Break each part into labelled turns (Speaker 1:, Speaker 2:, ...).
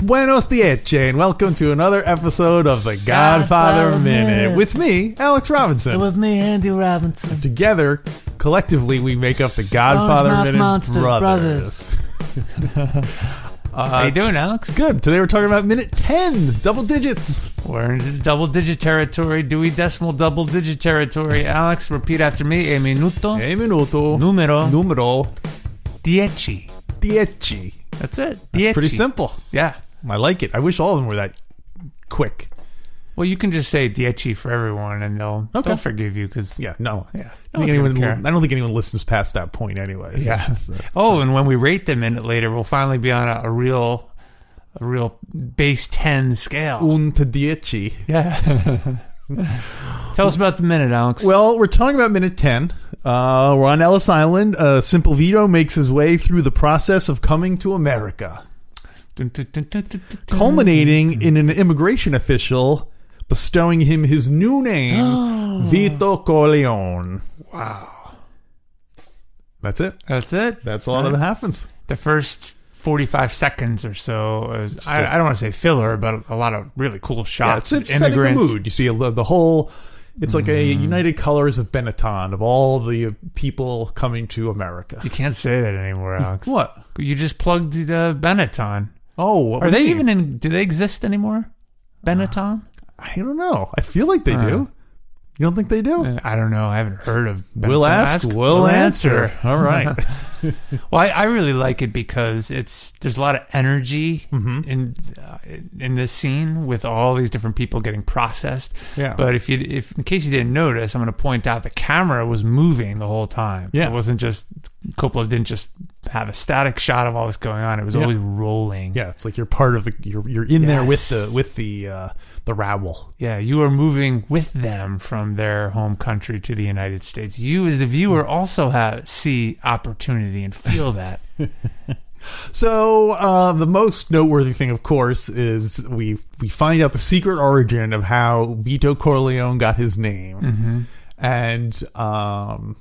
Speaker 1: Buenos dieche, and welcome to another episode of the Godfather,
Speaker 2: Godfather
Speaker 1: Minute.
Speaker 2: Minute.
Speaker 1: with me, Alex Robinson.
Speaker 2: with me, Andy Robinson.
Speaker 1: Together, collectively, we make up the Godfather
Speaker 2: Mouth
Speaker 1: Minute
Speaker 2: Monster
Speaker 1: Brothers. uh,
Speaker 3: How you doing, Alex?
Speaker 1: Good. Today we're talking about minute 10, double digits.
Speaker 3: We're in double digit territory, Dewey Decimal double digit territory. Alex, repeat after me. E minuto
Speaker 1: E minuto.
Speaker 3: numero
Speaker 1: Numero
Speaker 3: dieci.
Speaker 1: dieci.
Speaker 3: That's it. dieci.
Speaker 1: Pretty simple.
Speaker 3: Yeah.
Speaker 1: I like it. I wish all of them were that quick.
Speaker 3: Well, you can just say dieci for everyone and they'll,
Speaker 1: Okay.
Speaker 3: they'll forgive you because.
Speaker 1: Yeah, no. I,
Speaker 3: Yeah.
Speaker 1: think
Speaker 3: No one's
Speaker 1: anyone,
Speaker 3: gonna care.
Speaker 1: I don't think anyone listens past that point anyway. so
Speaker 3: Yeah.
Speaker 1: it's, uh,
Speaker 3: Oh, and when we rate them in it later, we'll finally be on a, a real, a real base 10 scale.
Speaker 1: Un to dieci.
Speaker 3: Yeah. Tell us about the minute, Alex.
Speaker 1: Well, we're talking about minute 10. Uh, we're on Ellis Island. Uh, Simple Vito makes his way through the process of coming to America,
Speaker 3: Dun, dun, dun, dun, dun, dun, dun.
Speaker 1: culminating
Speaker 3: Mm.
Speaker 1: in an immigration official bestowing him his new name, Vito Corleone.
Speaker 3: Wow.
Speaker 1: That's it.
Speaker 3: That's it.
Speaker 1: That's all that happens.
Speaker 3: the first 45 seconds or so is, I,
Speaker 1: a-
Speaker 3: I don't want to say filler but a lot of really cool
Speaker 1: Yeah, it's
Speaker 3: shots of
Speaker 1: it's setting the
Speaker 3: immigrants.
Speaker 1: mood. You see the, the whole. It's like
Speaker 3: Mm.
Speaker 1: a United Colors of Benetton of all the people coming to America.
Speaker 3: you can't say that anymore alex
Speaker 1: What?
Speaker 3: you just plugged the benetton
Speaker 1: Oh, what
Speaker 3: are
Speaker 1: do
Speaker 3: they
Speaker 1: you mean?
Speaker 3: even in do they exist anymore benetton
Speaker 1: I don't know. I feel like they
Speaker 3: Uh.
Speaker 1: do. You don't think they do?
Speaker 3: Uh, i don't know i haven't heard of benetton.
Speaker 1: We'll ask, we'll, answer. All right.
Speaker 3: well I, I really like it because it's there's a lot of energy
Speaker 1: Mm-hmm.
Speaker 3: in uh, in this scene with all these different people getting processed
Speaker 1: Yeah.
Speaker 3: But if you, if in case you didn't notice, I'm going to point out the camera was moving the whole time.
Speaker 1: Yeah.
Speaker 3: it wasn't just Coppola didn't just have a static shot of all this going on. It was
Speaker 1: Yeah.
Speaker 3: always rolling.
Speaker 1: yeah, it's like you're part of the you're you're in there with
Speaker 3: Yes.
Speaker 1: the with the uh the rabble.
Speaker 3: yeah, you are moving with them from their home country to the United States. You, as the
Speaker 1: Mm.
Speaker 3: viewer, also have see opportunity and feel that.
Speaker 1: So, uh the most noteworthy thing of course is we we find out the secret origin of how Vito Corleone got his name. And um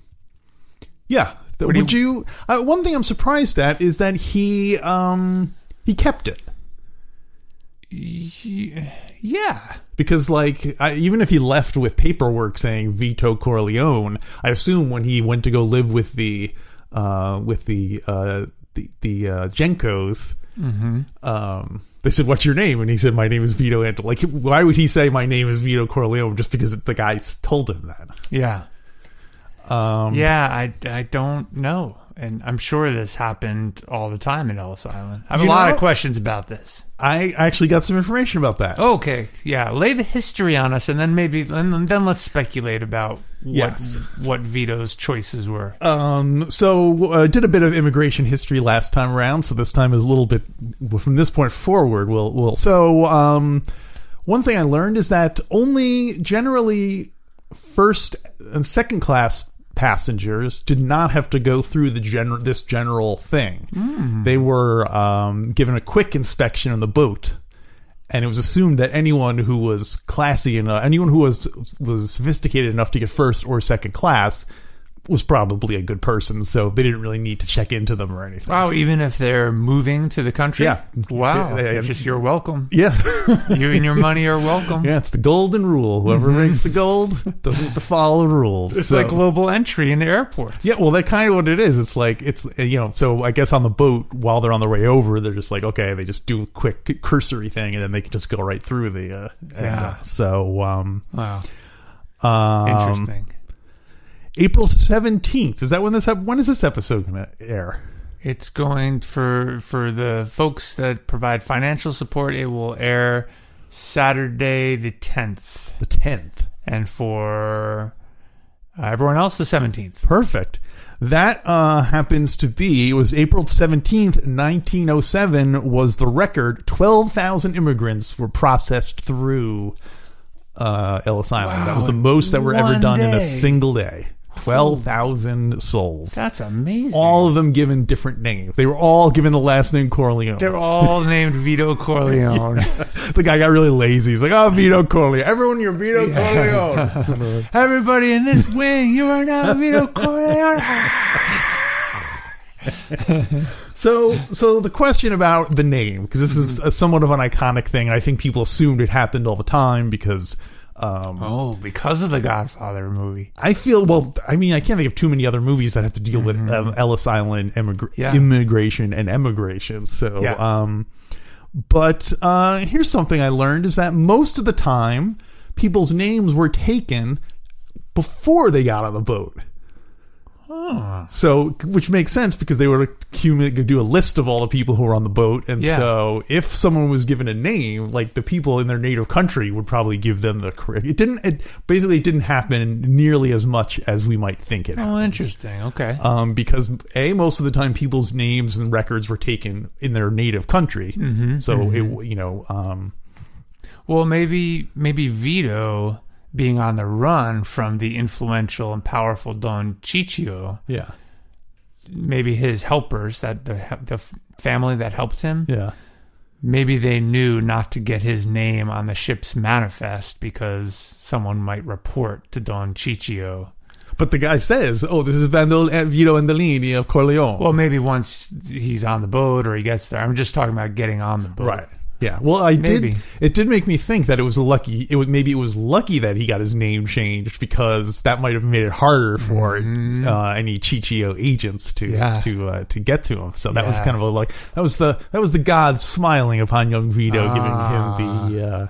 Speaker 1: yeah, th-
Speaker 3: do
Speaker 1: would you, uh, one thing I'm surprised at is that he um he kept it.
Speaker 3: Y- yeah,
Speaker 1: because like I, even if he left with paperwork saying Vito Corleone, I assume when he went to go live with the uh, with the uh, the, the uh, Jenkos, um, they said, "What's your name?" And he said, "My name is Vito Antle." Like, why would he say my name is Vito Corleone just because the guy told him that?
Speaker 3: yeah,
Speaker 1: Um,
Speaker 3: yeah. I, I don't know, and I'm sure this happened all the time in Ellis Island. I have
Speaker 1: You
Speaker 3: a lot
Speaker 1: know-
Speaker 3: of questions about this.
Speaker 1: I actually got some information about that.
Speaker 3: Okay, yeah. Lay the history on us, and then maybe then, then let's speculate about what
Speaker 1: Yes.
Speaker 3: what Vito's choices were.
Speaker 1: Um, so uh, did a bit of immigration history last time around, so this time is a little bit from this point forward. We'll we'll so um, one thing I learned is that only generally first and second class passengers did not have to go through the general this general thing.
Speaker 3: Hmm.
Speaker 1: They were um, given a quick inspection on the boat. And it was assumed that anyone who was classy enough, anyone who was was sophisticated enough to get first or second class, was probably a good person, so they didn't really need to check into them or anything.
Speaker 3: Wow, even if they're moving to the country.
Speaker 1: Yeah.
Speaker 3: Wow.
Speaker 1: Yeah, yeah.
Speaker 3: Just you're welcome.
Speaker 1: Yeah,
Speaker 3: You and your money are welcome.
Speaker 1: yeah, it's the golden rule. Whoever makes the gold doesn't have to follow the rules.
Speaker 3: Mm-hmm. It's
Speaker 1: so-
Speaker 3: like global entry in the airports.
Speaker 1: yeah, well, that's kind of what it is. It's like it's uh, you know. So I guess on the boat while they're on their way over, they're just like okay, they just do a quick cursory thing, and then they can just go right through the. Uh, and,
Speaker 3: Yeah.
Speaker 1: uh, so um,
Speaker 3: Wow.
Speaker 1: um,
Speaker 3: Interesting.
Speaker 1: April seventeenth is that when this ep- when is this episode going to air?
Speaker 3: it's going for for the folks that provide financial support, it will air Saturday the tenth.
Speaker 1: The tenth.
Speaker 3: And for uh, everyone else the seventeenth.
Speaker 1: Perfect. That uh, happens to be, it was April 17th, 1907, was the record. 12,000 immigrants were processed through uh, Ellis Island. That was the most that were ever
Speaker 3: one
Speaker 1: done in a
Speaker 3: day.
Speaker 1: single day. 12,000 souls.
Speaker 3: That's amazing.
Speaker 1: All of them given different names. They were all given the last name Corleone.
Speaker 3: They're all named Vito Corleone.
Speaker 1: the guy got really lazy. He's like, oh, Vito Corleone. Everyone, you're Vito Corleone.
Speaker 3: Everybody in this wing, you are now Vito Corleone.
Speaker 1: so, so the question about the name, because this is a somewhat of an iconic thing. I think people assumed it happened all the time because. Um,
Speaker 3: oh, because of the Godfather movie.
Speaker 1: I feel well. I mean, I can't think of too many other movies that have to deal with um, Ellis Island emigra-
Speaker 3: Mm-hmm. Yeah.
Speaker 1: immigration and emigration. So,
Speaker 3: Yeah.
Speaker 1: um, but uh, here's something I learned: is that most of the time, people's names were taken before they got on the boat. So, which makes sense because they would accumulate, do a list of all the people who were on the boat, and
Speaker 3: Yeah.
Speaker 1: so if someone was given a name, like the people in their native country would probably give them the correct. It didn't. It basically it didn't happen nearly as much as we might think it.
Speaker 3: Oh, interesting. Okay.
Speaker 1: Um, because a most of the time people's names and records were taken in their native country, so it you know um,
Speaker 3: Well, maybe maybe Vito being on the run from the influential and powerful Don Ciccio,
Speaker 1: yeah
Speaker 3: maybe his helpers that the the family that helped him,
Speaker 1: yeah
Speaker 3: maybe they knew not to get his name on the ship's manifest because someone might report to Don Ciccio.
Speaker 1: But the guy says, "Oh, this is Vandol- Vito Andolini of Corleone."
Speaker 3: Well, maybe once he's on the boat or he gets there. I'm just talking about getting on the boat.
Speaker 1: Right. Yeah. Well, I
Speaker 3: Maybe.
Speaker 1: did. It did make me think that it was lucky. It would maybe it was lucky that he got his name changed because that might have made it harder for uh, any Chichio agents to
Speaker 3: Mm-hmm. Yeah.
Speaker 1: to uh, to get to him. So that was
Speaker 3: Yeah.
Speaker 1: kind of a like that was the that was the God smiling upon young Vito,
Speaker 3: Ah.
Speaker 1: giving him the. Uh,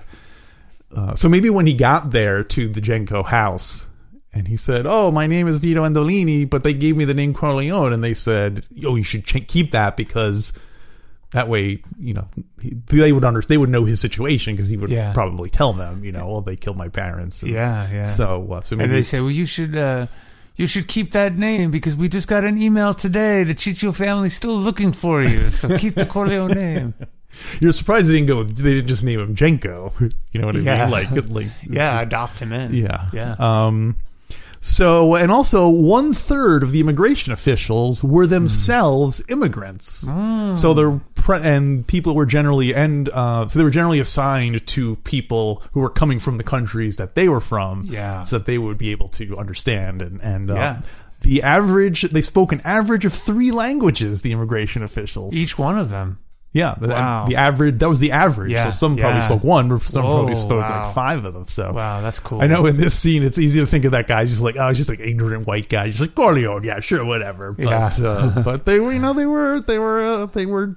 Speaker 1: uh, so maybe when he got there to the Genko house. And he said, "Oh, my name is Vito Andolini, but they gave me the name Corleone." And they said, "Oh, you should ch- keep that because that way, you know, he, they would understand. They would know his situation because he would
Speaker 3: Yeah.
Speaker 1: probably tell them, you know, well, they killed my parents. And
Speaker 3: Yeah, yeah.
Speaker 1: So, uh, so
Speaker 3: and
Speaker 1: maybe
Speaker 3: they say, well, you should. Uh, you should keep that name because we just got an email today. The Ciccio family's still looking for you, so keep the Corleone name.
Speaker 1: you're surprised they didn't go. They didn't just name him Jenko. You know what I mean?
Speaker 3: Yeah.
Speaker 1: Like, like,
Speaker 3: Yeah, adopt him in.
Speaker 1: yeah,
Speaker 3: yeah.
Speaker 1: Um, so, and also one third of the immigration officials were themselves immigrants.
Speaker 3: Mm.
Speaker 1: So they're pre- and people were generally and uh, so they were generally assigned to people who were coming from the countries that they were from.
Speaker 3: Yeah.
Speaker 1: so that they would be able to understand and and. uh,
Speaker 3: Yeah.
Speaker 1: The average, they spoke an average of three languages, the immigration officials.
Speaker 3: Each one of them.
Speaker 1: Yeah, the,
Speaker 3: Wow.
Speaker 1: the average. That was the average.
Speaker 3: Yeah,
Speaker 1: So some probably
Speaker 3: yeah.
Speaker 1: spoke one, but some probably
Speaker 3: Whoa,
Speaker 1: spoke
Speaker 3: wow.
Speaker 1: like five of them. So
Speaker 3: Wow, that's cool.
Speaker 1: I know in this scene, it's easy to think of that guy. He's just like, oh, he's just like ignorant white guy. He's like Corleone. Yeah, sure, whatever. But,
Speaker 3: Yeah.
Speaker 1: uh, but they were, you know, they were, they were, uh, they were,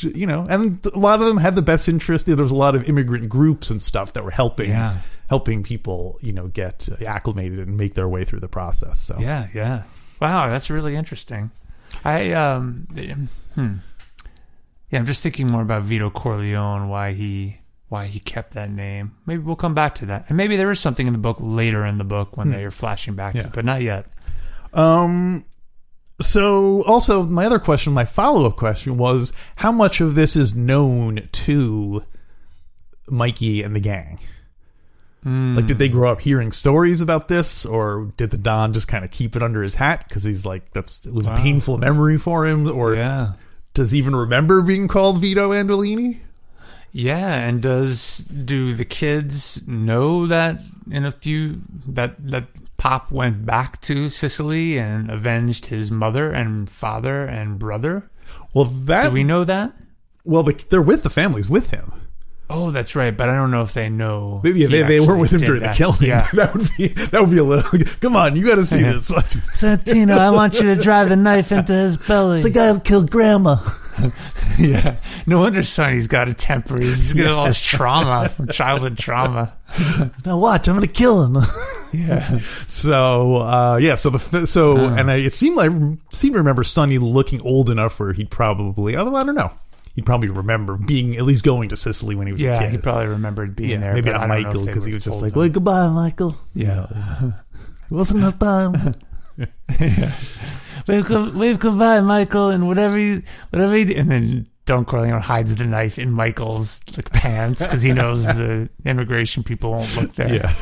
Speaker 1: you know, and a lot of them had the best interest. There was a lot of immigrant groups and stuff that were helping,
Speaker 3: Yeah.
Speaker 1: helping people, you know, get acclimated and make their way through the process. So
Speaker 3: Yeah, yeah. Wow, that's really interesting. I um, hmm. yeah, I'm just thinking more about Vito Corleone, why he why he kept that name. Maybe we'll come back to that, and maybe there is something in the book later in the book when they're flashing back, to
Speaker 1: Yeah.
Speaker 3: it, but not yet.
Speaker 1: Um. So, also, my other question, my follow up question was how much of this is known to Mikey and the gang?
Speaker 3: Hmm.
Speaker 1: Like, did they grow up hearing stories about this, or did the Don just kind of keep it under his hat because he's like, that's it was painful memory for him, or
Speaker 3: Yeah,
Speaker 1: does he even remember being called Vito Andolini?
Speaker 3: yeah. And does do the kids know that in a few that that Pop went back to Sicily and avenged his mother and father and brother?
Speaker 1: Well, that
Speaker 3: Do we know that?
Speaker 1: well, the, they're with the families with him.
Speaker 3: Oh, that's right. But I don't know if they know.
Speaker 1: They, yeah,
Speaker 3: he
Speaker 1: they, they were
Speaker 3: actually
Speaker 1: with him
Speaker 3: did
Speaker 1: during
Speaker 3: that.
Speaker 1: the killing.
Speaker 3: Yeah.
Speaker 1: that would be that would be a little. Come on, you got to see this.
Speaker 2: Santino, I want you to drive a knife into his belly.
Speaker 1: guy who killed Grandma.
Speaker 3: yeah. No wonder Sonny's got a temper. He's got all this trauma from childhood trauma.
Speaker 1: Now watch, I'm gonna kill him.
Speaker 3: Yeah.
Speaker 1: so uh, yeah, so the so and I, it seemed like seemed to remember Sonny looking old enough where he'd probably although I don't know he'd probably remember being at least going to Sicily when he was a
Speaker 3: Yeah.
Speaker 1: kid.
Speaker 3: He probably remembered being
Speaker 1: yeah,
Speaker 3: there.
Speaker 1: maybe
Speaker 3: but
Speaker 1: not
Speaker 3: I don't know
Speaker 1: Michael
Speaker 3: if they
Speaker 1: because he
Speaker 3: would've
Speaker 1: was just
Speaker 3: told
Speaker 1: like,
Speaker 3: him.
Speaker 1: "Well, goodbye, Michael."
Speaker 3: Yeah.
Speaker 1: It wasn't enough time.
Speaker 2: Wave, gov- wave goodbye, Michael, and whatever you.
Speaker 3: Whatever he did. And then Don Corleone hides the knife in Michael's like, pants because he knows the immigration people won't look there.
Speaker 1: yeah,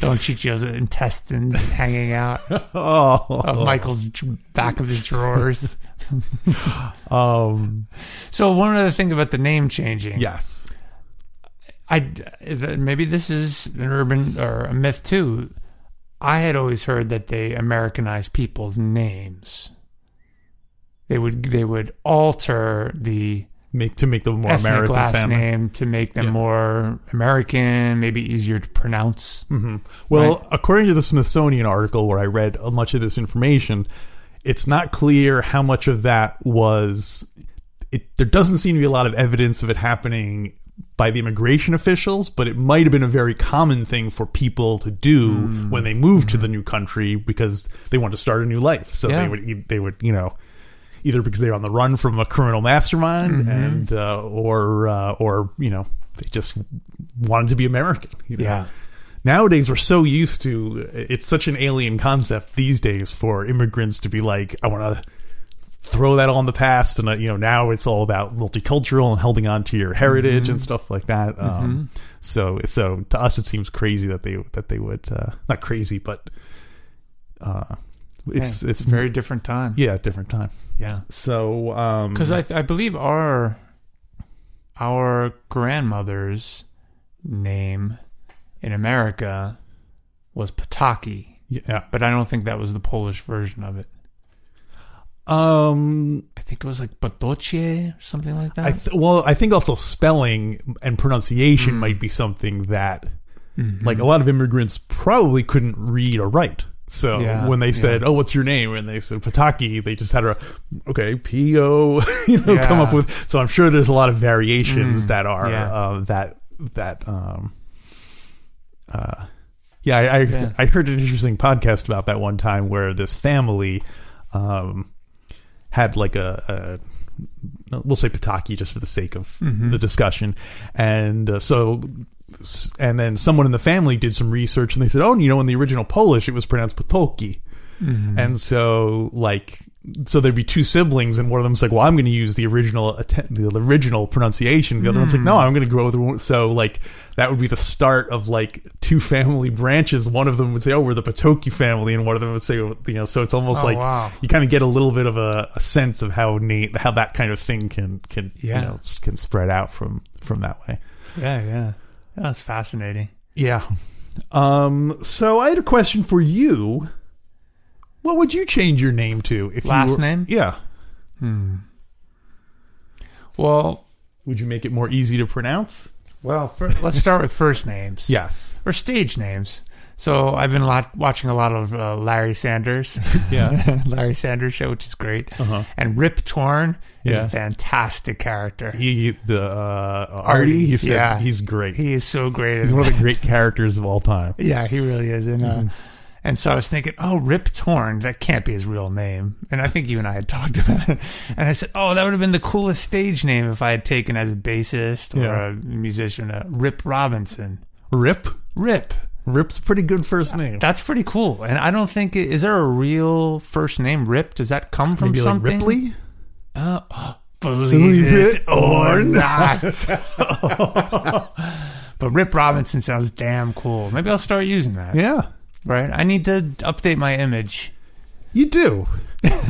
Speaker 3: Don Cicio's intestines hanging out
Speaker 1: Oh,
Speaker 3: of Michael's dr- back of his drawers.
Speaker 1: um,
Speaker 3: so one other thing about the name changing.
Speaker 1: yes,
Speaker 3: I maybe this is an urban or a myth too. I had always heard that they Americanized people's names. They would they would alter the
Speaker 1: make to make them more
Speaker 3: ethnic
Speaker 1: American
Speaker 3: last
Speaker 1: sound.
Speaker 3: name to make them
Speaker 1: Yeah.
Speaker 3: more American, maybe easier to pronounce.
Speaker 1: Hmm. Well,
Speaker 3: Right.
Speaker 1: according to the Smithsonian article where I read much of this information, it's not clear how much of that was. It, there doesn't seem to be a lot of evidence of it happening by the immigration officials, but it might have been a very common thing for people to do
Speaker 3: Hmm.
Speaker 1: when they moved to the new country because they want to start a new life. So
Speaker 3: Yeah.
Speaker 1: they would e, they would you know either because they're on the run from a criminal mastermind
Speaker 3: Mm-hmm.
Speaker 1: and uh, or uh, or you know they just wanted to be American. you know? nowadays we're so used to it's such an alien concept these days for immigrants to be like i want to throw that all in the past and uh, you know now it's all about multicultural and holding on to your heritage and stuff like that um, so so to us it seems crazy that they that they would uh, not crazy but uh, it's
Speaker 3: Yeah,
Speaker 1: it's very
Speaker 3: very different time.
Speaker 1: yeah different time
Speaker 3: Yeah.
Speaker 1: so um
Speaker 3: Because I, I believe our our grandmother's name in America was Pataki,
Speaker 1: yeah
Speaker 3: but I don't think that was the Polish version of it.
Speaker 1: um
Speaker 3: I think it was like Patocie or something like that.
Speaker 1: I th- well, I think also spelling and pronunciation might be something that,
Speaker 3: Mm-hmm.
Speaker 1: like, a lot of immigrants probably couldn't read or write. So
Speaker 3: Yeah,
Speaker 1: when they
Speaker 3: yeah.
Speaker 1: said, "Oh, what's your name?" and they said Pataki, they just had a okay P O, you know, come
Speaker 3: Yeah. Mm.
Speaker 1: up with. So I'm sure there's a lot of variations that are
Speaker 3: yeah.
Speaker 1: uh, that that um, uh, yeah, I I,
Speaker 3: Yeah.
Speaker 1: I heard an interesting podcast about that one time where this family um, had like a, a we'll say Pataki just for the sake of the discussion. And uh, so, s- and then someone in the family did some research and they said, oh, you know, in the original Polish, it was pronounced Potoki. And so, like, so there'd be two siblings, and one of them's like, "Well, I'm going to use the original, atten- the original pronunciation." The other one's like, "No, I'm going to grow with." The one-" So, like, that would be the start of like two family branches. One of them would say, "Oh, we're the Potoki family," and one of them would say, "You know." So it's almost
Speaker 3: Oh,
Speaker 1: like
Speaker 3: wow.
Speaker 1: you kind of get a little bit of a, a sense of how neat how that kind of thing can can
Speaker 3: Yeah.
Speaker 1: you know s- can spread out from from that way
Speaker 3: yeah, yeah. That's fascinating.
Speaker 1: yeah um so i had a question for you what would you change your name to if
Speaker 3: Last
Speaker 1: you were,
Speaker 3: name?
Speaker 1: yeah
Speaker 3: Well,
Speaker 1: would you make it more easy to pronounce
Speaker 3: well, fir- let's start with first names.
Speaker 1: yes
Speaker 3: or stage names. So I've been lot, watching a lot of uh, Larry Sanders,
Speaker 1: Yeah.
Speaker 3: Larry Sanders show, which is great.
Speaker 1: Uh-huh.
Speaker 3: And Rip Torn is
Speaker 1: Yeah.
Speaker 3: a fantastic character. He,
Speaker 1: he the uh artie he's,
Speaker 3: yeah.
Speaker 1: he's great
Speaker 3: is so great.
Speaker 1: he's
Speaker 3: at-
Speaker 1: one of Mm-hmm. the great characters of all time
Speaker 3: yeah, he really is. And uh, and so I was thinking, oh, Rip Torn, that can't be his real name. And I think you and I had talked about it. And I said, oh, that would have been the coolest stage name if I had taken as a bassist or
Speaker 1: Yeah.
Speaker 3: a musician, uh, Rip Robinson.
Speaker 1: rip
Speaker 3: Rip.
Speaker 1: rip's a pretty good first name
Speaker 3: That's pretty cool. And I don't think it, is there a real first name Rip? Does that come from
Speaker 1: maybe like
Speaker 3: something?
Speaker 1: ripley
Speaker 3: Believe,
Speaker 1: Believe
Speaker 3: it,
Speaker 1: it or
Speaker 3: or not. but Rip Robinson sounds damn cool. Maybe I'll start using that.
Speaker 1: yeah
Speaker 3: Right? I need to update my image.
Speaker 1: you do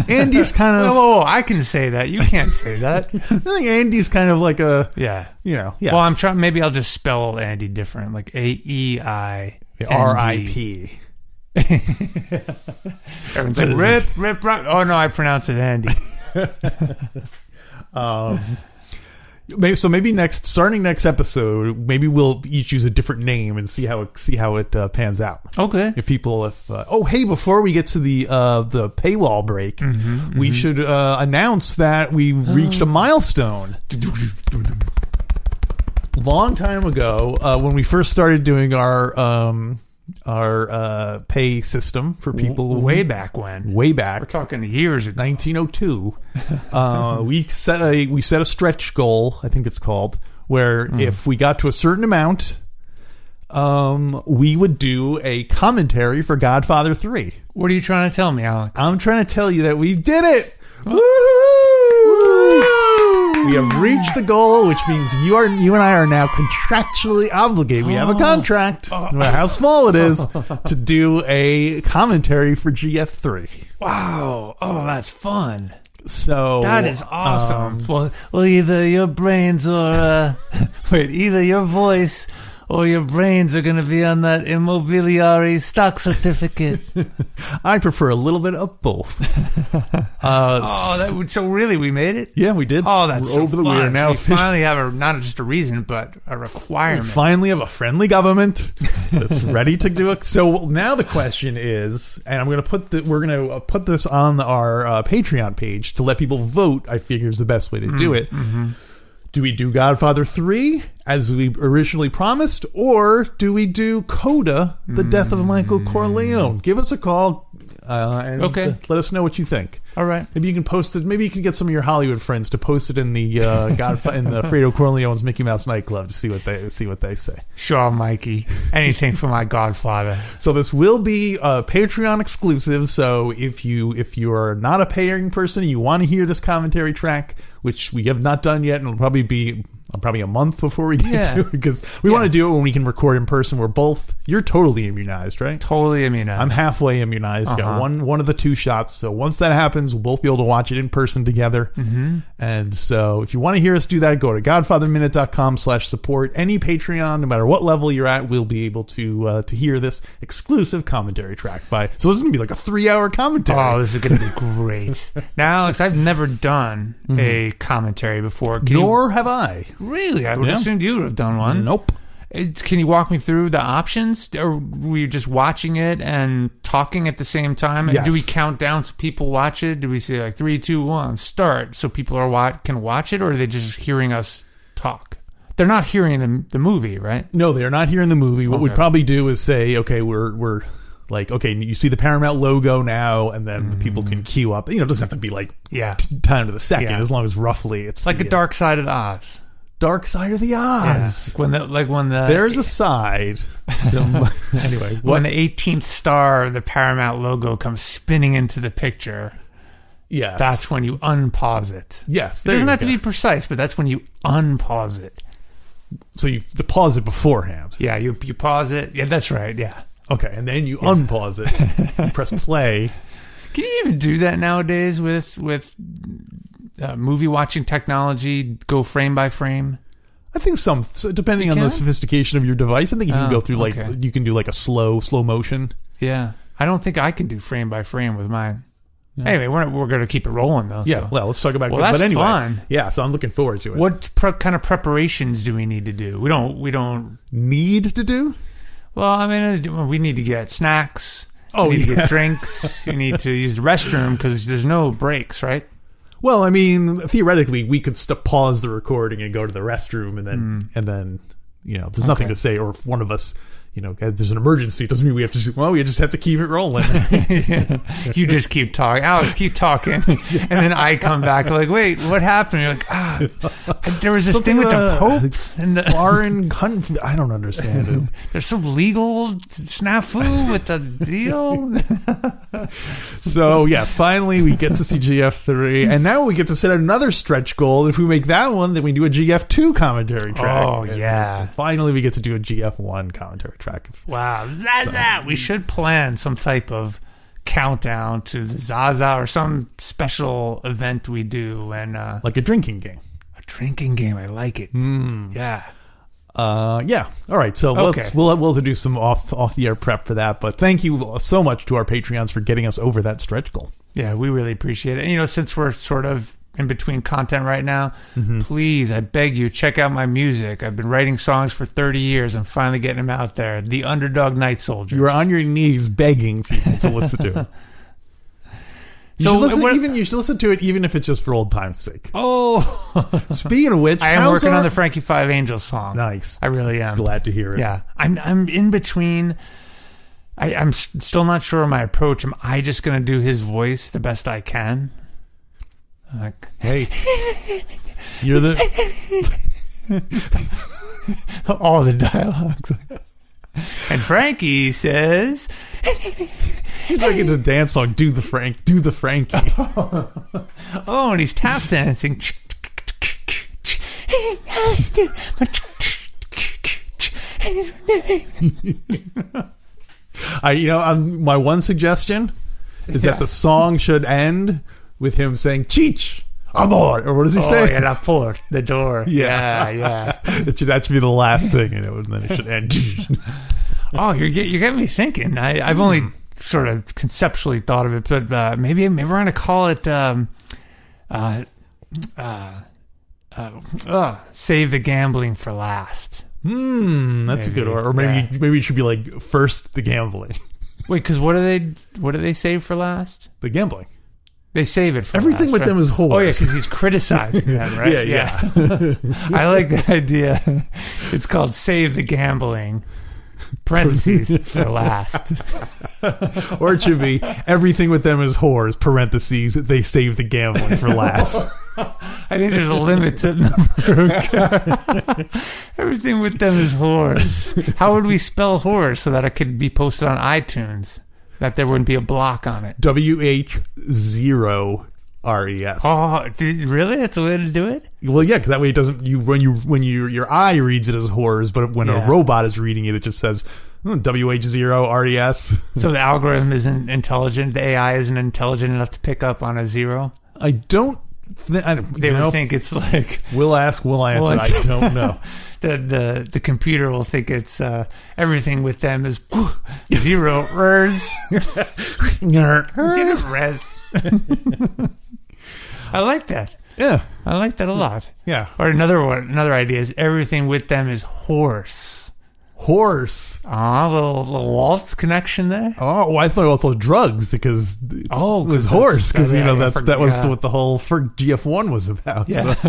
Speaker 1: andy's kind of
Speaker 3: Oh, I can say that. You can't say that.
Speaker 1: I think Andy's kind of like a
Speaker 3: yeah.
Speaker 1: you know.
Speaker 3: Well, I'm trying. Maybe I'll just spell Andy different, like A E I
Speaker 1: R I P.
Speaker 3: Everyone's like Rip, Rip, Rip. Oh no, I pronounce it Andy.
Speaker 1: Maybe so. Maybe next, starting next episode, maybe we'll each use a different name and see how it see how it uh, pans out.
Speaker 3: Okay.
Speaker 1: If people, if uh, oh hey, before we get to the uh, the paywall break, we should uh, announce that we reached a milestone. Long time ago, uh, when we first started doing our um, our uh, pay system for people,
Speaker 3: Way back when.
Speaker 1: way back,
Speaker 3: We're talking years ago.
Speaker 1: 1902, uh, we set a we set a stretch goal. I think it's called where
Speaker 3: Hmm.
Speaker 1: if we got to a certain amount, um, we would do a commentary for Godfather Three.
Speaker 3: What are you trying to tell me, Alex? Oh.
Speaker 1: I'm trying to tell you that we did it. Woo! We have reached the goal, which means you are you and I are now contractually obligated. We have
Speaker 3: Oh.
Speaker 1: a contract, no matter how small it is, to do a commentary for GF3.
Speaker 3: Wow. Oh, that's fun.
Speaker 1: So
Speaker 3: That is awesome.
Speaker 2: Oh, um, Well, well, either your brains or uh, wait, either your voice or your brains are gonna be on that immobiliare stock certificate.
Speaker 1: I prefer a little bit of both. uh,
Speaker 3: oh, that would, so really, we made it.
Speaker 1: yeah, we did.
Speaker 3: Oh, that's
Speaker 1: We're
Speaker 3: so
Speaker 1: over the
Speaker 3: fun.
Speaker 1: we are
Speaker 3: So
Speaker 1: now
Speaker 3: we
Speaker 1: officially-
Speaker 3: finally have a not just a reason, but a requirement.
Speaker 1: finally have a friendly government that's ready to do it. So now the question is, and I'm going to put the, we're going to uh, put this on our uh, Patreon page to let people vote. I figure is the best way to
Speaker 3: Mm,
Speaker 1: do it.
Speaker 3: mm-hmm.
Speaker 1: Do we do Godfather three as we originally promised, or do we do Coda: The Death of Michael Corleone? Give us a call uh, and
Speaker 3: Mm. Okay.
Speaker 1: let us know what you think.
Speaker 3: All right.
Speaker 1: Maybe you can post it. Maybe you can get some of your Hollywood friends to post it in the uh, Godf- in the Fredo Corleone's Mickey Mouse nightclub to see what they see what they say.
Speaker 3: Sure, Mikey. Anything for my godfather.
Speaker 1: So this will be uh, Patreon exclusive. So if you if you are not a paying person, you want to hear this commentary track, which we have not done yet, and it'll probably be uh, probably a month before we get
Speaker 3: Yeah.
Speaker 1: to it because we want to do it when we can record in person. We're both you're totally immunized, right?
Speaker 3: Totally immunized.
Speaker 1: I'm halfway immunized. Got
Speaker 3: Uh-huh.
Speaker 1: one one of the two shots. So once that happens, we'll both be able to watch it in person together. Mm-hmm. And so if you want to hear us do that, go to godfatherminute.com slash support. Any Patreon, no matter what level you're at, we'll be able to uh, to hear this exclusive commentary track by. So this is gonna be like a three hour commentary.
Speaker 3: Oh, this is going to be great. now, Alex, I've never done
Speaker 2: Mm-hmm.
Speaker 3: a commentary before. Can you-
Speaker 1: Nor have I.
Speaker 3: really, I would
Speaker 1: Yeah.
Speaker 3: assume you would have done one.
Speaker 1: Uh, Nope.
Speaker 3: It's- Can you walk me through the options? Or were you just watching it and talking at the same time? And Do we
Speaker 1: Yes.
Speaker 3: count down so people watch it? Do we say like three, two, one, start, so people are wa- can watch it, or are they just hearing us talk? They're not hearing the, the movie, right?
Speaker 1: No, they're not here in the movie. What we'd
Speaker 3: Okay.
Speaker 1: probably do is say, okay, we're we're like, okay, you see the Paramount logo now, and then people can queue up. You know, it doesn't have to be like
Speaker 3: Yeah.
Speaker 1: t- time to the second,
Speaker 3: Yeah.
Speaker 1: as long as roughly it's
Speaker 3: Like
Speaker 1: the,
Speaker 3: a dark side of the Oz.
Speaker 1: dark side of the
Speaker 3: Like
Speaker 1: Oz.
Speaker 3: when the like when the
Speaker 1: There's a side. anyway,
Speaker 3: when
Speaker 1: what?
Speaker 3: the 18th star of the Paramount logo comes spinning into the picture,
Speaker 1: Yes,
Speaker 3: that's when you unpause it.
Speaker 1: yes.
Speaker 3: It
Speaker 1: there
Speaker 3: doesn't
Speaker 1: you
Speaker 3: have
Speaker 1: go.
Speaker 3: to be precise, but that's when you unpause it.
Speaker 1: So you to pause it beforehand.
Speaker 3: Yeah, you you pause it. Yeah, that's right. Yeah.
Speaker 1: Okay, and then you unpause it. You press play.
Speaker 3: Can you even do that nowadays with with uh, movie watching technology? Go frame by frame.
Speaker 1: I think some, so depending
Speaker 3: You
Speaker 1: on the
Speaker 3: can?
Speaker 1: sophistication of your device, I think you can
Speaker 3: Oh,
Speaker 1: go through like
Speaker 3: okay.
Speaker 1: you can do like a slow slow motion.
Speaker 3: Yeah, I don't think I can do frame by frame with mine. Anyway, we're we're gonna keep it rolling though.
Speaker 1: Yeah.
Speaker 3: so.
Speaker 1: Well, let's talk about.
Speaker 3: Well,
Speaker 1: it. but
Speaker 3: that's
Speaker 1: anyway,
Speaker 3: fun.
Speaker 1: yeah. So I'm looking forward to it.
Speaker 3: What pre- kind of preparations do we need to do? We don't. We don't
Speaker 1: need to do?
Speaker 3: Well, I mean, uh, we need to get snacks.
Speaker 1: Oh,
Speaker 3: we need to
Speaker 1: yeah.
Speaker 3: get drinks. we need to use the restroom because there's no breaks, right?
Speaker 1: Well, I mean, theoretically, we could st- pause the recording and go to the restroom, and then and then you know, there's nothing
Speaker 3: Okay.
Speaker 1: to say. Or if one of us, you know, guys, there's an emergency, it doesn't mean we have to. Just, well, we just have to keep it rolling.
Speaker 3: You just keep talking. Alex, keep talking. And then I come back like, wait, what happened? You're like, ah, there was this
Speaker 1: Something
Speaker 3: thing with the
Speaker 1: about-
Speaker 3: Pope. And the,
Speaker 1: Foreign country, I don't understand it.
Speaker 3: there's some legal snafu with the deal.
Speaker 1: So yes, finally we get to see GF three, and now we get to set another stretch goal. If we make that one, then we do a GF two commentary track.
Speaker 3: Oh,
Speaker 1: And
Speaker 3: yeah.
Speaker 1: finally we get to do a GF one commentary track.
Speaker 3: Wow, Zaza! We should plan some type of countdown to the Zaza or some special event we do. And uh,
Speaker 1: Like a drinking game.
Speaker 3: a drinking game, I like it. Yeah.
Speaker 1: Uh, yeah. All right. So
Speaker 3: Okay.
Speaker 1: let's we'll we'll do some off off the air prep for that. But thank you so much to our Patreons for getting us over that stretch goal.
Speaker 3: Yeah, we really appreciate it. And, you know, since we're sort of in between content right now,
Speaker 1: Mm-hmm.
Speaker 3: please, I beg you, check out my music. I've been writing songs for 30 years. I'm finally getting them out there. The Underdog Night Soldier.
Speaker 1: You were on your knees begging people to listen to it. You
Speaker 3: So
Speaker 1: should listen,
Speaker 3: what-
Speaker 1: even you should listen to it, even if it's just for old times' sake.
Speaker 3: Oh,
Speaker 1: Speaking of which,
Speaker 3: I am
Speaker 1: how's
Speaker 3: working
Speaker 1: our-
Speaker 3: on the Frankie Five Angels song.
Speaker 1: Nice.
Speaker 3: I really am.
Speaker 1: Glad to hear it.
Speaker 3: Yeah, I'm I'm in between. I, I'm s- still not sure of my approach. Am I just gonna do his voice the best I can? Like,
Speaker 1: Hey, you're the
Speaker 3: all the dialogues. and Frankie says,
Speaker 1: you're like in the dance song. Do the Frank. Do the Frankie.
Speaker 3: "Oh, and he's tap dancing."
Speaker 1: I, you know, um, my one suggestion is that the song should end with him saying "Cheech, amor," or what does he
Speaker 3: Oh,
Speaker 1: say?
Speaker 3: yeah, that port, the door.
Speaker 1: Yeah.
Speaker 3: yeah. yeah.
Speaker 1: It should, that should be the last thing, you know, and then it should end.
Speaker 3: Oh, you're get, you're getting me thinking. I, I've
Speaker 1: Hmm.
Speaker 3: only sort of conceptually thought of it, but uh, maybe maybe we're gonna call it um, uh, uh, uh, uh, save the gambling for last.
Speaker 1: Hmm, that's a good
Speaker 3: Maybe,
Speaker 1: or, or maybe
Speaker 3: yeah.
Speaker 1: maybe it should be like first the gambling,
Speaker 3: Wait, because what do they what do they save for last?
Speaker 1: the gambling.
Speaker 3: They save it for
Speaker 1: Everything
Speaker 3: last,
Speaker 1: with
Speaker 3: right?
Speaker 1: them is whores.
Speaker 3: Oh yeah, because he's criticizing them, right?
Speaker 1: Yeah, yeah.
Speaker 3: I like the idea. It's called save the gambling. Parentheses for last.
Speaker 1: or it should be everything with them is whores. Parentheses. They save the gambling for last.
Speaker 3: I think there's a limit to the number. Of Everything with them is whores. How would we spell whores so that it could be posted on iTunes? That there wouldn't be a block on it.
Speaker 1: W H zero R E S.
Speaker 3: Oh, did, really? That's a way to do it.
Speaker 1: Well, yeah, because that way it doesn't. You when you when you your eye reads it as horrors, but when
Speaker 3: Yeah.
Speaker 1: a robot is reading it, it just says "Hmm, W H zero R E S.
Speaker 3: So the algorithm isn't intelligent. The AI isn't intelligent enough to pick up on a zero.
Speaker 1: I don't. Th- I don't.
Speaker 3: They
Speaker 1: you
Speaker 3: would
Speaker 1: know,
Speaker 3: think it's like
Speaker 1: we'll ask. We'll answer. I
Speaker 3: answer.
Speaker 1: don't know.
Speaker 3: the the the computer will think it's uh, everything with them is zero ers. Did it res? I like that.
Speaker 1: yeah.
Speaker 3: I like that a lot.
Speaker 1: Yeah.
Speaker 3: Or another one, another idea is everything with them is horse.
Speaker 1: Horse.
Speaker 3: Ah, little, little waltz connection there.
Speaker 1: Oh, I thought also drugs because
Speaker 3: Oh,
Speaker 1: it was
Speaker 3: 'cause
Speaker 1: horse
Speaker 3: that's-
Speaker 1: because you
Speaker 3: yeah,
Speaker 1: know
Speaker 3: yeah,
Speaker 1: that's
Speaker 3: for-
Speaker 1: that was
Speaker 3: yeah.
Speaker 1: what the whole for GF one was about. Yeah.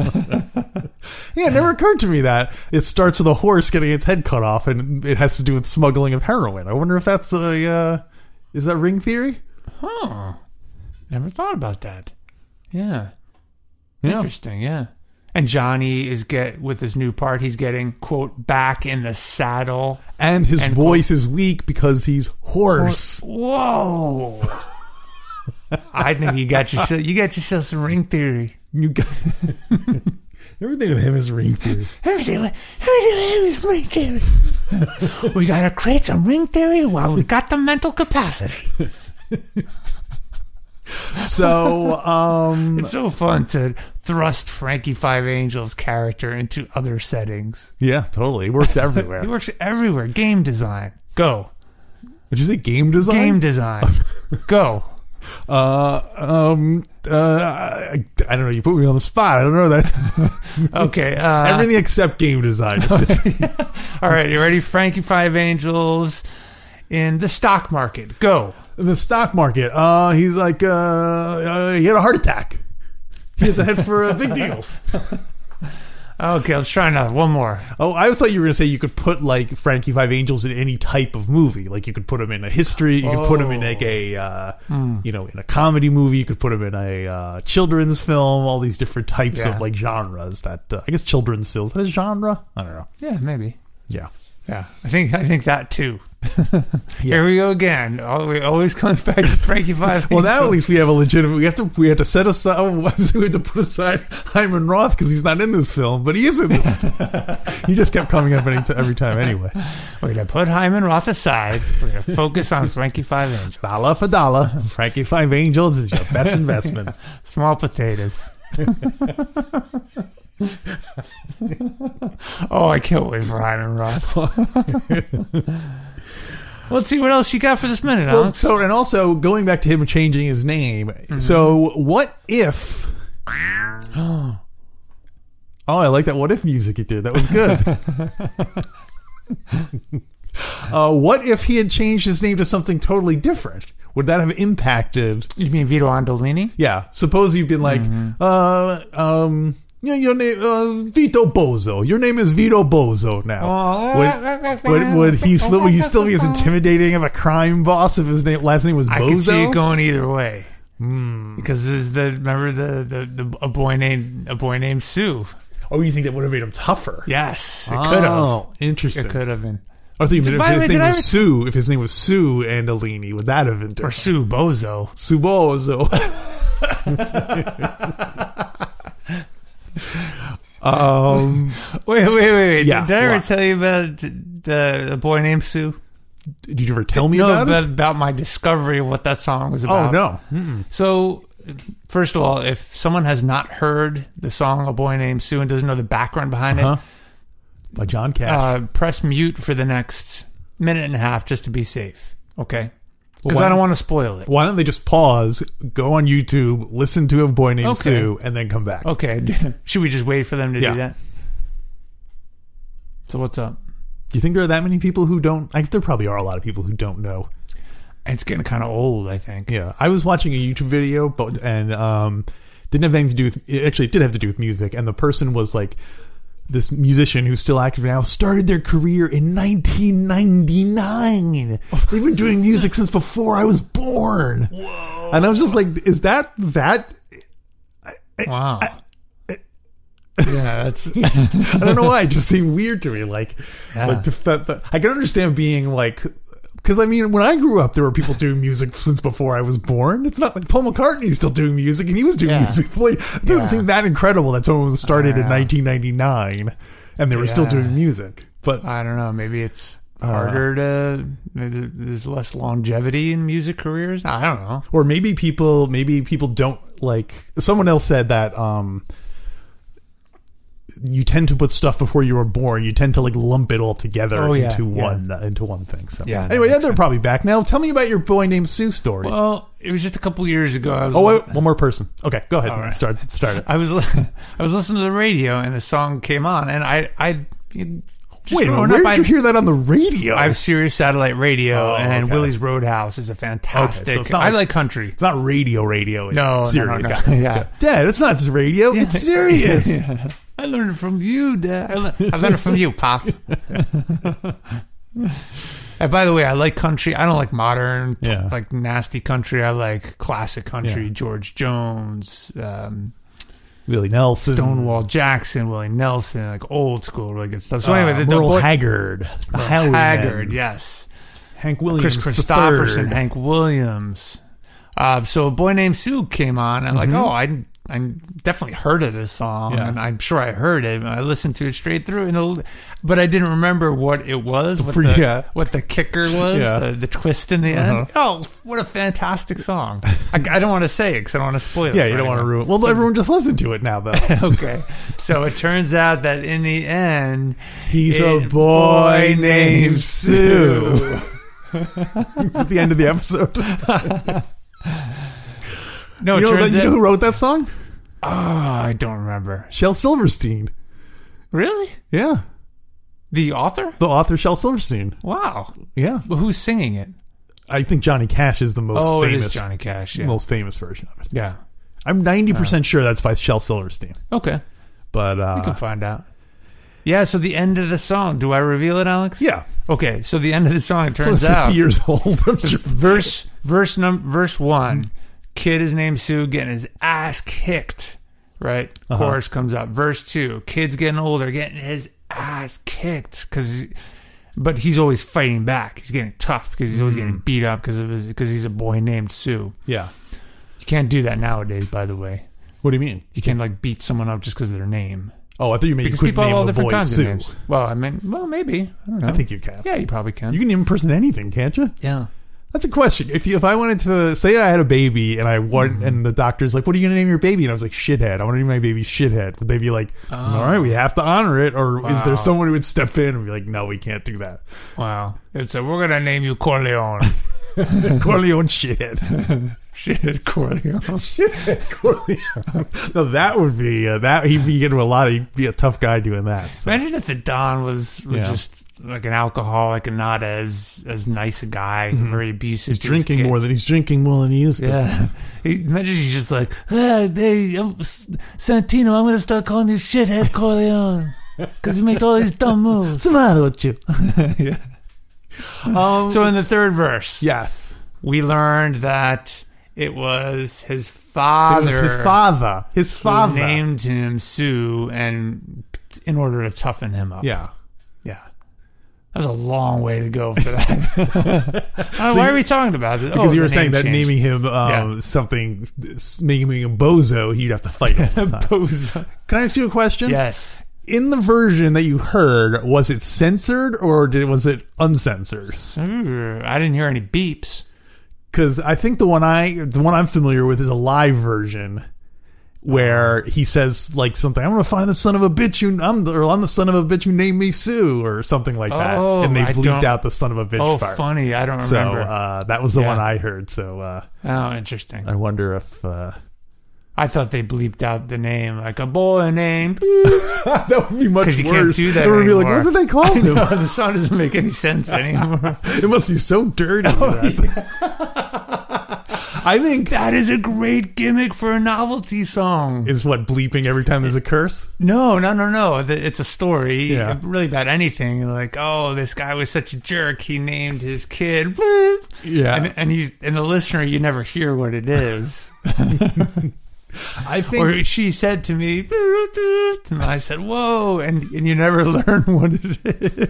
Speaker 1: yeah, it never occurred to me that it starts with a horse getting its head cut off, and it has to do with smuggling of heroin. I wonder if that's a uh, is that ring theory?
Speaker 3: Oh, never thought about that. Yeah.
Speaker 1: Yeah.
Speaker 3: Interesting. Yeah. And Johnny is get with his new part. He's getting quote back in the saddle.
Speaker 1: And his
Speaker 3: And-
Speaker 1: voice is weak because he's horse.
Speaker 3: Whoa. I think you got yourself you got yourself some ring theory.
Speaker 1: You got everything with him is ring theory.
Speaker 3: Everything, everything is ring theory. we gotta create some ring theory while we got the mental capacity.
Speaker 1: So, um,
Speaker 3: It's so fun to thrust Frankie Five Angels' character into other settings.
Speaker 1: yeah, totally, it works
Speaker 3: He
Speaker 1: everywhere.
Speaker 3: works everywhere. Game design, go.
Speaker 1: Would you say game design?
Speaker 3: Game design, go.
Speaker 1: Uh, um, uh, I, I don't know. You put me on the spot. I don't know that
Speaker 3: Okay. Uh,
Speaker 1: everything except game design.
Speaker 3: All right. You ready? Frankie Five Angels in the stock market, go.
Speaker 1: the stock market. Uh, he's like, uh, uh, he had a heart attack. He has a head for uh, big deals.
Speaker 3: Okay, let's try another one more.
Speaker 1: Oh, I thought you were going to say you could put like Frankie Five Angels in any type of movie. Like you could put him in a history. You could put him in like a, uh, you know, in a comedy movie. You could put him in a uh, children's film. All these different types
Speaker 3: Yeah.
Speaker 1: of like genres. That uh, I guess children's film is that a genre? I don't know.
Speaker 3: Yeah, maybe.
Speaker 1: Yeah.
Speaker 3: Yeah, I think I think that too. Here we go again. All, it always comes back to Frankie Five.
Speaker 1: Well, now
Speaker 3: Angels.
Speaker 1: at least we have a legitimate. We have to. We have to set aside. oh, we have to put aside Hyman Roth because he's not in this film, but he is in this. film. he just kept coming up any, every time anyway.
Speaker 3: we're gonna put Hyman Roth aside. We're gonna focus on Frankie Five Angels.
Speaker 1: Dollar for dollar, Frankie Five Angels is your best investment.
Speaker 3: Small potatoes. oh, I can't wait for Hyman Roth. Let's see what else you got for this minute.
Speaker 1: Well,
Speaker 3: Alex.
Speaker 1: so and also going back to him changing his name. So what if? Oh, I like that what if music he did. That was good. uh, what if he had changed his name to something totally different? Would that have impacted?
Speaker 3: you mean Vito Andolini?
Speaker 1: Yeah. Suppose you've been like, uh, um, yeah, your name, uh, Vito Bozo. Your name is Vito Bozo now. Would, would, would he still, would he still be as intimidating of a crime boss if his name, last name was Bozo? Hmm.
Speaker 3: I could see it going either way. Because this is the remember the, the the a boy named a boy named Sue.
Speaker 1: oh, you think that would have made him tougher?
Speaker 3: Yes, it could have.
Speaker 1: Oh, interesting.
Speaker 3: It could have been
Speaker 1: I thought you meant if
Speaker 3: By the
Speaker 1: his
Speaker 3: way,
Speaker 1: name
Speaker 3: did I
Speaker 1: was
Speaker 3: ever-
Speaker 1: Sue. If his name was Sue Andolini, would that have been different?
Speaker 3: or Sue Bozo.
Speaker 1: Sue Bozo? Um,
Speaker 3: Wait, wait, wait, wait.
Speaker 1: Yeah,
Speaker 3: Did I ever
Speaker 1: what?
Speaker 3: tell you about the, the boy named Sue?
Speaker 1: did you ever tell me
Speaker 3: no,
Speaker 1: about
Speaker 3: but
Speaker 1: it?
Speaker 3: about my discovery of what that song was about.
Speaker 1: Oh no. Mm-mm.
Speaker 3: So, first of all, if someone has not heard the song "A Boy Named Sue" and doesn't know the background behind
Speaker 1: Huh? By John
Speaker 3: it,
Speaker 1: Cash.
Speaker 3: uh, press mute for the next minute and a half just to be safe. Okay, because
Speaker 1: Why-
Speaker 3: I don't want to spoil it.
Speaker 1: Why don't they just pause, go on YouTube, listen to a boy named
Speaker 3: Okay.
Speaker 1: Sue, and then come back?
Speaker 3: Okay, should we just wait for them to
Speaker 1: Yeah.
Speaker 3: do that? So what's up?
Speaker 1: Do you think there are that many people who don't? I, there probably are a lot of people who don't know.
Speaker 3: It's getting kind of old, I think.
Speaker 1: Yeah, I was watching a YouTube video, but and um, didn't have anything to do with. It actually, it did have to do with music, and the person was like, this musician who's still active now started their career in 1999. They've been doing music since before I was born. Whoa! And I was just like, is that that?
Speaker 3: Wow. yeah, that's
Speaker 1: I don't know why. It just seemed weird to me. Like, like the, fa- but I can understand being like. Because I mean, when I grew up, there were people doing music since before I was born. It's not like Paul McCartney's still doing music, and he was doing
Speaker 3: Yeah.
Speaker 1: music. Like, it doesn't
Speaker 3: Yeah.
Speaker 1: seem that incredible that someone was started in
Speaker 3: Yeah.
Speaker 1: 1999 and they were still
Speaker 3: Yeah.
Speaker 1: doing music. But
Speaker 3: I don't know. Maybe it's
Speaker 1: Uh,
Speaker 3: harder to. Maybe there's less longevity in music careers. I don't know.
Speaker 1: or maybe people, maybe people don't like. Someone else said that um, you tend to put stuff before you were born. You tend to like lump it all together
Speaker 3: Oh, yeah,
Speaker 1: into
Speaker 3: yeah.
Speaker 1: one uh, into one thing. So
Speaker 3: Yeah, that
Speaker 1: anyway, yeah,
Speaker 3: makes
Speaker 1: they're probably back now. Tell me about your boy named Sue story.
Speaker 3: Well, it was just a couple years ago. I was
Speaker 1: Oh, wait, one more person. Okay, go ahead.
Speaker 3: All right.
Speaker 1: Start. Start it.
Speaker 3: I was li- I was listening to the radio and the song came on and I I just
Speaker 1: Wait, a minute,
Speaker 3: growing
Speaker 1: where
Speaker 3: up,
Speaker 1: did you
Speaker 3: I,
Speaker 1: hear that on the radio?
Speaker 3: I have Sirius Satellite Radio
Speaker 1: Oh,
Speaker 3: and
Speaker 1: okay.
Speaker 3: Willie's Roadhouse is a fantastic.
Speaker 1: Okay, so it's not
Speaker 3: I
Speaker 1: like-
Speaker 3: like country.
Speaker 1: it's not radio, radio. It's
Speaker 3: No, no, no,
Speaker 1: serious.
Speaker 3: no.
Speaker 1: Got it,
Speaker 3: Yeah.
Speaker 1: got it. Dad, it's not radio. It's serious.
Speaker 3: I learned it from you, Dad. I, le- I learned it from you, Pop. and by the way, I like country. I don't like modern, t-
Speaker 1: Yeah.
Speaker 3: like nasty country. I like classic country.
Speaker 1: Yeah.
Speaker 3: George Jones, um,
Speaker 1: Willie Nelson,
Speaker 3: Stonewall Jackson, Willie Nelson, like old school, really good stuff. So
Speaker 1: Uh,
Speaker 3: anyway, the, the
Speaker 1: Merle
Speaker 3: boy-
Speaker 1: Haggard, the Highwaymen,
Speaker 3: Haggard, yes.
Speaker 1: Hank Williams,
Speaker 3: Chris Christopherson,
Speaker 1: III.
Speaker 3: Hank Williams. Uh, so a boy named Sue came on, and like, oh, I, I definitely heard of this song,
Speaker 1: Mm-hmm. Yeah.
Speaker 3: and I'm sure I heard it. and I listened to it straight through, and it'll- but I didn't remember what it was, what
Speaker 1: fr-
Speaker 3: the,
Speaker 1: yeah.
Speaker 3: what the kicker was,
Speaker 1: Yeah.
Speaker 3: the, the twist in the
Speaker 1: Uh-huh.
Speaker 3: end. Oh, what a fantastic song! I, I don't want to say it because I don't want to spoil it.
Speaker 1: Yeah, you
Speaker 3: for
Speaker 1: don't want to
Speaker 3: anyone.
Speaker 1: ruin. Well, everyone just listen to it now, though.
Speaker 3: okay, so it turns out that in the end,
Speaker 1: He's a boy
Speaker 3: It- boy
Speaker 1: named
Speaker 3: named
Speaker 1: Sue. Oh, it's at the end of the episode. you,
Speaker 3: no,
Speaker 1: know,
Speaker 3: it
Speaker 1: that,
Speaker 3: turns
Speaker 1: you know
Speaker 3: out.
Speaker 1: who wrote that song?
Speaker 3: Oh, I don't remember.
Speaker 1: Shel Silverstein.
Speaker 3: Really,
Speaker 1: Yeah,
Speaker 3: the author?
Speaker 1: the author Shel Silverstein.
Speaker 3: Wow,
Speaker 1: Yeah,
Speaker 3: Well, who's singing it?
Speaker 1: I think Johnny Cash is the most
Speaker 3: Oh, it is
Speaker 1: famous,
Speaker 3: Johnny Cash. Yeah.
Speaker 1: most famous version of it.
Speaker 3: yeah.
Speaker 1: I'm 90 percent sure that's by Shel Silverstein.
Speaker 3: Okay.
Speaker 1: But
Speaker 3: We can
Speaker 1: uh,
Speaker 3: find out. Yeah. So the end of the song. Do I reveal it, Alex?
Speaker 1: yeah,
Speaker 3: Okay. So the end of the song. It
Speaker 1: so
Speaker 3: turns
Speaker 1: 50
Speaker 3: out
Speaker 1: years old. I'm sure.
Speaker 3: verse verse num verse
Speaker 1: Mm-hmm.
Speaker 3: one. Kid is named Sue getting his ass kicked. Right.
Speaker 1: Uh-huh.
Speaker 3: Chorus comes up. Verse two. Kid's getting older, getting his ass kicked because. But he's always fighting back. He's getting tough because he's always getting
Speaker 1: Mm.
Speaker 3: beat up because of his because he's a boy named Sue.
Speaker 1: Yeah.
Speaker 3: You can't do that nowadays, by the way.
Speaker 1: What do you mean?
Speaker 3: You can't like beat someone up just because of their name.
Speaker 1: Oh, I thought you meant
Speaker 3: Because
Speaker 1: you could
Speaker 3: people
Speaker 1: name
Speaker 3: have all
Speaker 1: the
Speaker 3: different
Speaker 1: boy
Speaker 3: kinds
Speaker 1: Sue.
Speaker 3: of names. Well, I mean, well, maybe. I don't know.
Speaker 1: I think you can.
Speaker 3: Yeah, you probably can.
Speaker 1: You can impersonate anything, can't you?
Speaker 3: yeah.
Speaker 1: That's a question. If you, if I wanted to say I had a baby and I want and the doctor's like, "What are you gonna name your baby?" and I was like, "Shithead." I want to name my baby shithead. Would they be like, "All right, we have to honor it," or is there
Speaker 3: Wow.
Speaker 1: someone who would step in and be like, "No, we can't do that."
Speaker 3: Wow. It's a, we're gonna name you Corleone.
Speaker 1: Corleone shithead.
Speaker 3: Shit, Corleone.
Speaker 1: shithead Corleone. no, that would be uh, that. He'd be into a lot. Of, he'd be a tough guy doing that. So.
Speaker 3: Imagine if the Don was, was
Speaker 1: Yeah.
Speaker 3: just like an alcoholic and not as as nice a guy, very abusive.
Speaker 1: He's drinking more than he's drinking more than he used to.
Speaker 2: Yeah.
Speaker 3: He, imagine he's just like,
Speaker 2: Ah, hey, I'm, S- Santino, I'm going to start calling you shithead Corleone. Because you make all these dumb moves.
Speaker 1: What's the matter with you? Um,
Speaker 3: so in the third verse,
Speaker 1: yes,
Speaker 3: we learned that it was his
Speaker 1: it
Speaker 3: father.
Speaker 1: was his father. His
Speaker 3: who
Speaker 1: father.
Speaker 3: named
Speaker 1: Oh,
Speaker 3: him Sue, and in order to toughen him up.
Speaker 1: yeah.
Speaker 3: yeah. That was a long way to go for that. Uh, why are we talking about this?
Speaker 1: Because
Speaker 3: Oh,
Speaker 1: you
Speaker 3: the
Speaker 1: were saying
Speaker 3: name
Speaker 1: that
Speaker 3: change.
Speaker 1: naming him um,
Speaker 3: Yeah.
Speaker 1: something, making him a bozo, you'd have to fight all the time.
Speaker 3: Bozo.
Speaker 1: Can I ask you a question?
Speaker 3: Yes.
Speaker 1: In the version that you heard, was it censored or did, was it uncensored?
Speaker 3: Ooh, I didn't hear any beeps.
Speaker 1: because I think the one I the one I'm familiar with is a live version where he says like something I'm gonna find the son of a bitch you I'm the, or I'm the son of a bitch you named me Sue or something like that
Speaker 3: Oh,
Speaker 1: and they
Speaker 3: I
Speaker 1: bleeped
Speaker 3: don't-
Speaker 1: out the son of a bitch
Speaker 3: Oh,
Speaker 1: part
Speaker 3: funny. I don't
Speaker 1: so
Speaker 3: remember.
Speaker 1: uh, that was the
Speaker 3: Yeah.
Speaker 1: one I heard so uh,
Speaker 3: oh, interesting.
Speaker 1: I wonder if uh,
Speaker 3: I thought they bleeped out the name, like a boy named.
Speaker 1: that would be much
Speaker 3: 'Cause you can't
Speaker 1: worse
Speaker 3: do that
Speaker 1: It would be like
Speaker 3: anymore.
Speaker 1: what did they call him
Speaker 3: the song doesn't make any sense anymore.
Speaker 1: it must be so dirty I think
Speaker 3: that is a great gimmick for a novelty song.
Speaker 1: is what bleeping every time there's a curse
Speaker 3: No, no, no, no. The- It's a story,
Speaker 1: Yeah.
Speaker 3: really about anything. Like, oh, this guy was such a jerk. He named his kid. Bleep.
Speaker 1: yeah
Speaker 3: And, and you, and the listener, you never hear what it is.
Speaker 1: I think
Speaker 3: or she said to me, "Bleep, bleep," and I said, "Whoa!" And and you never learn what it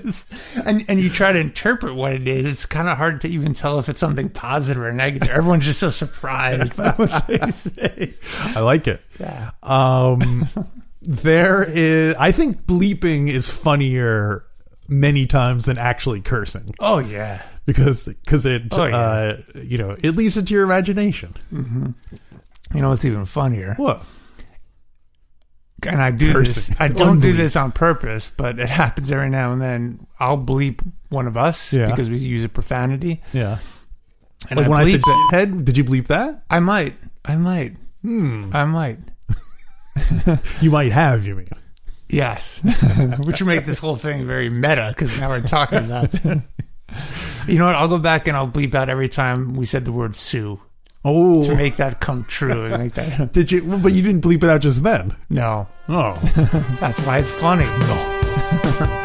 Speaker 3: is. And and you try to interpret what it is. It's kind of hard to even tell if it's something positive or negative. Everyone's just so surprised by what they say.
Speaker 1: I like it
Speaker 3: Yeah.
Speaker 1: Um, there is, I think bleeping is funnier many times than actually cursing
Speaker 3: Oh yeah.
Speaker 1: because because it
Speaker 3: Oh, yeah.
Speaker 1: uh, you know it leaves it to your imagination.
Speaker 3: You know what's even funnier?
Speaker 1: What?
Speaker 3: and I do
Speaker 1: Person.
Speaker 3: this. I don't do
Speaker 1: Unbelievable.
Speaker 3: this on purpose, but it happens every now and then. I'll bleep one of us
Speaker 1: Yeah.
Speaker 3: because we use a profanity.
Speaker 1: Yeah.
Speaker 3: And
Speaker 1: Like
Speaker 3: I
Speaker 1: when I said
Speaker 3: bleep it.
Speaker 1: head, did you bleep that?
Speaker 3: I might, I might,
Speaker 1: Hmm.
Speaker 3: I might.
Speaker 1: You might have. You mean?
Speaker 3: Yes, which would make this whole thing very meta because now we're talking about. it. you know what? I'll go back and I'll bleep out every time we said the word Sue
Speaker 1: Oh.
Speaker 3: to make that come true and make that.
Speaker 1: Did you? well, But you didn't bleep it out just then.
Speaker 3: No,
Speaker 1: Oh.
Speaker 3: that's why it's funny.
Speaker 1: No.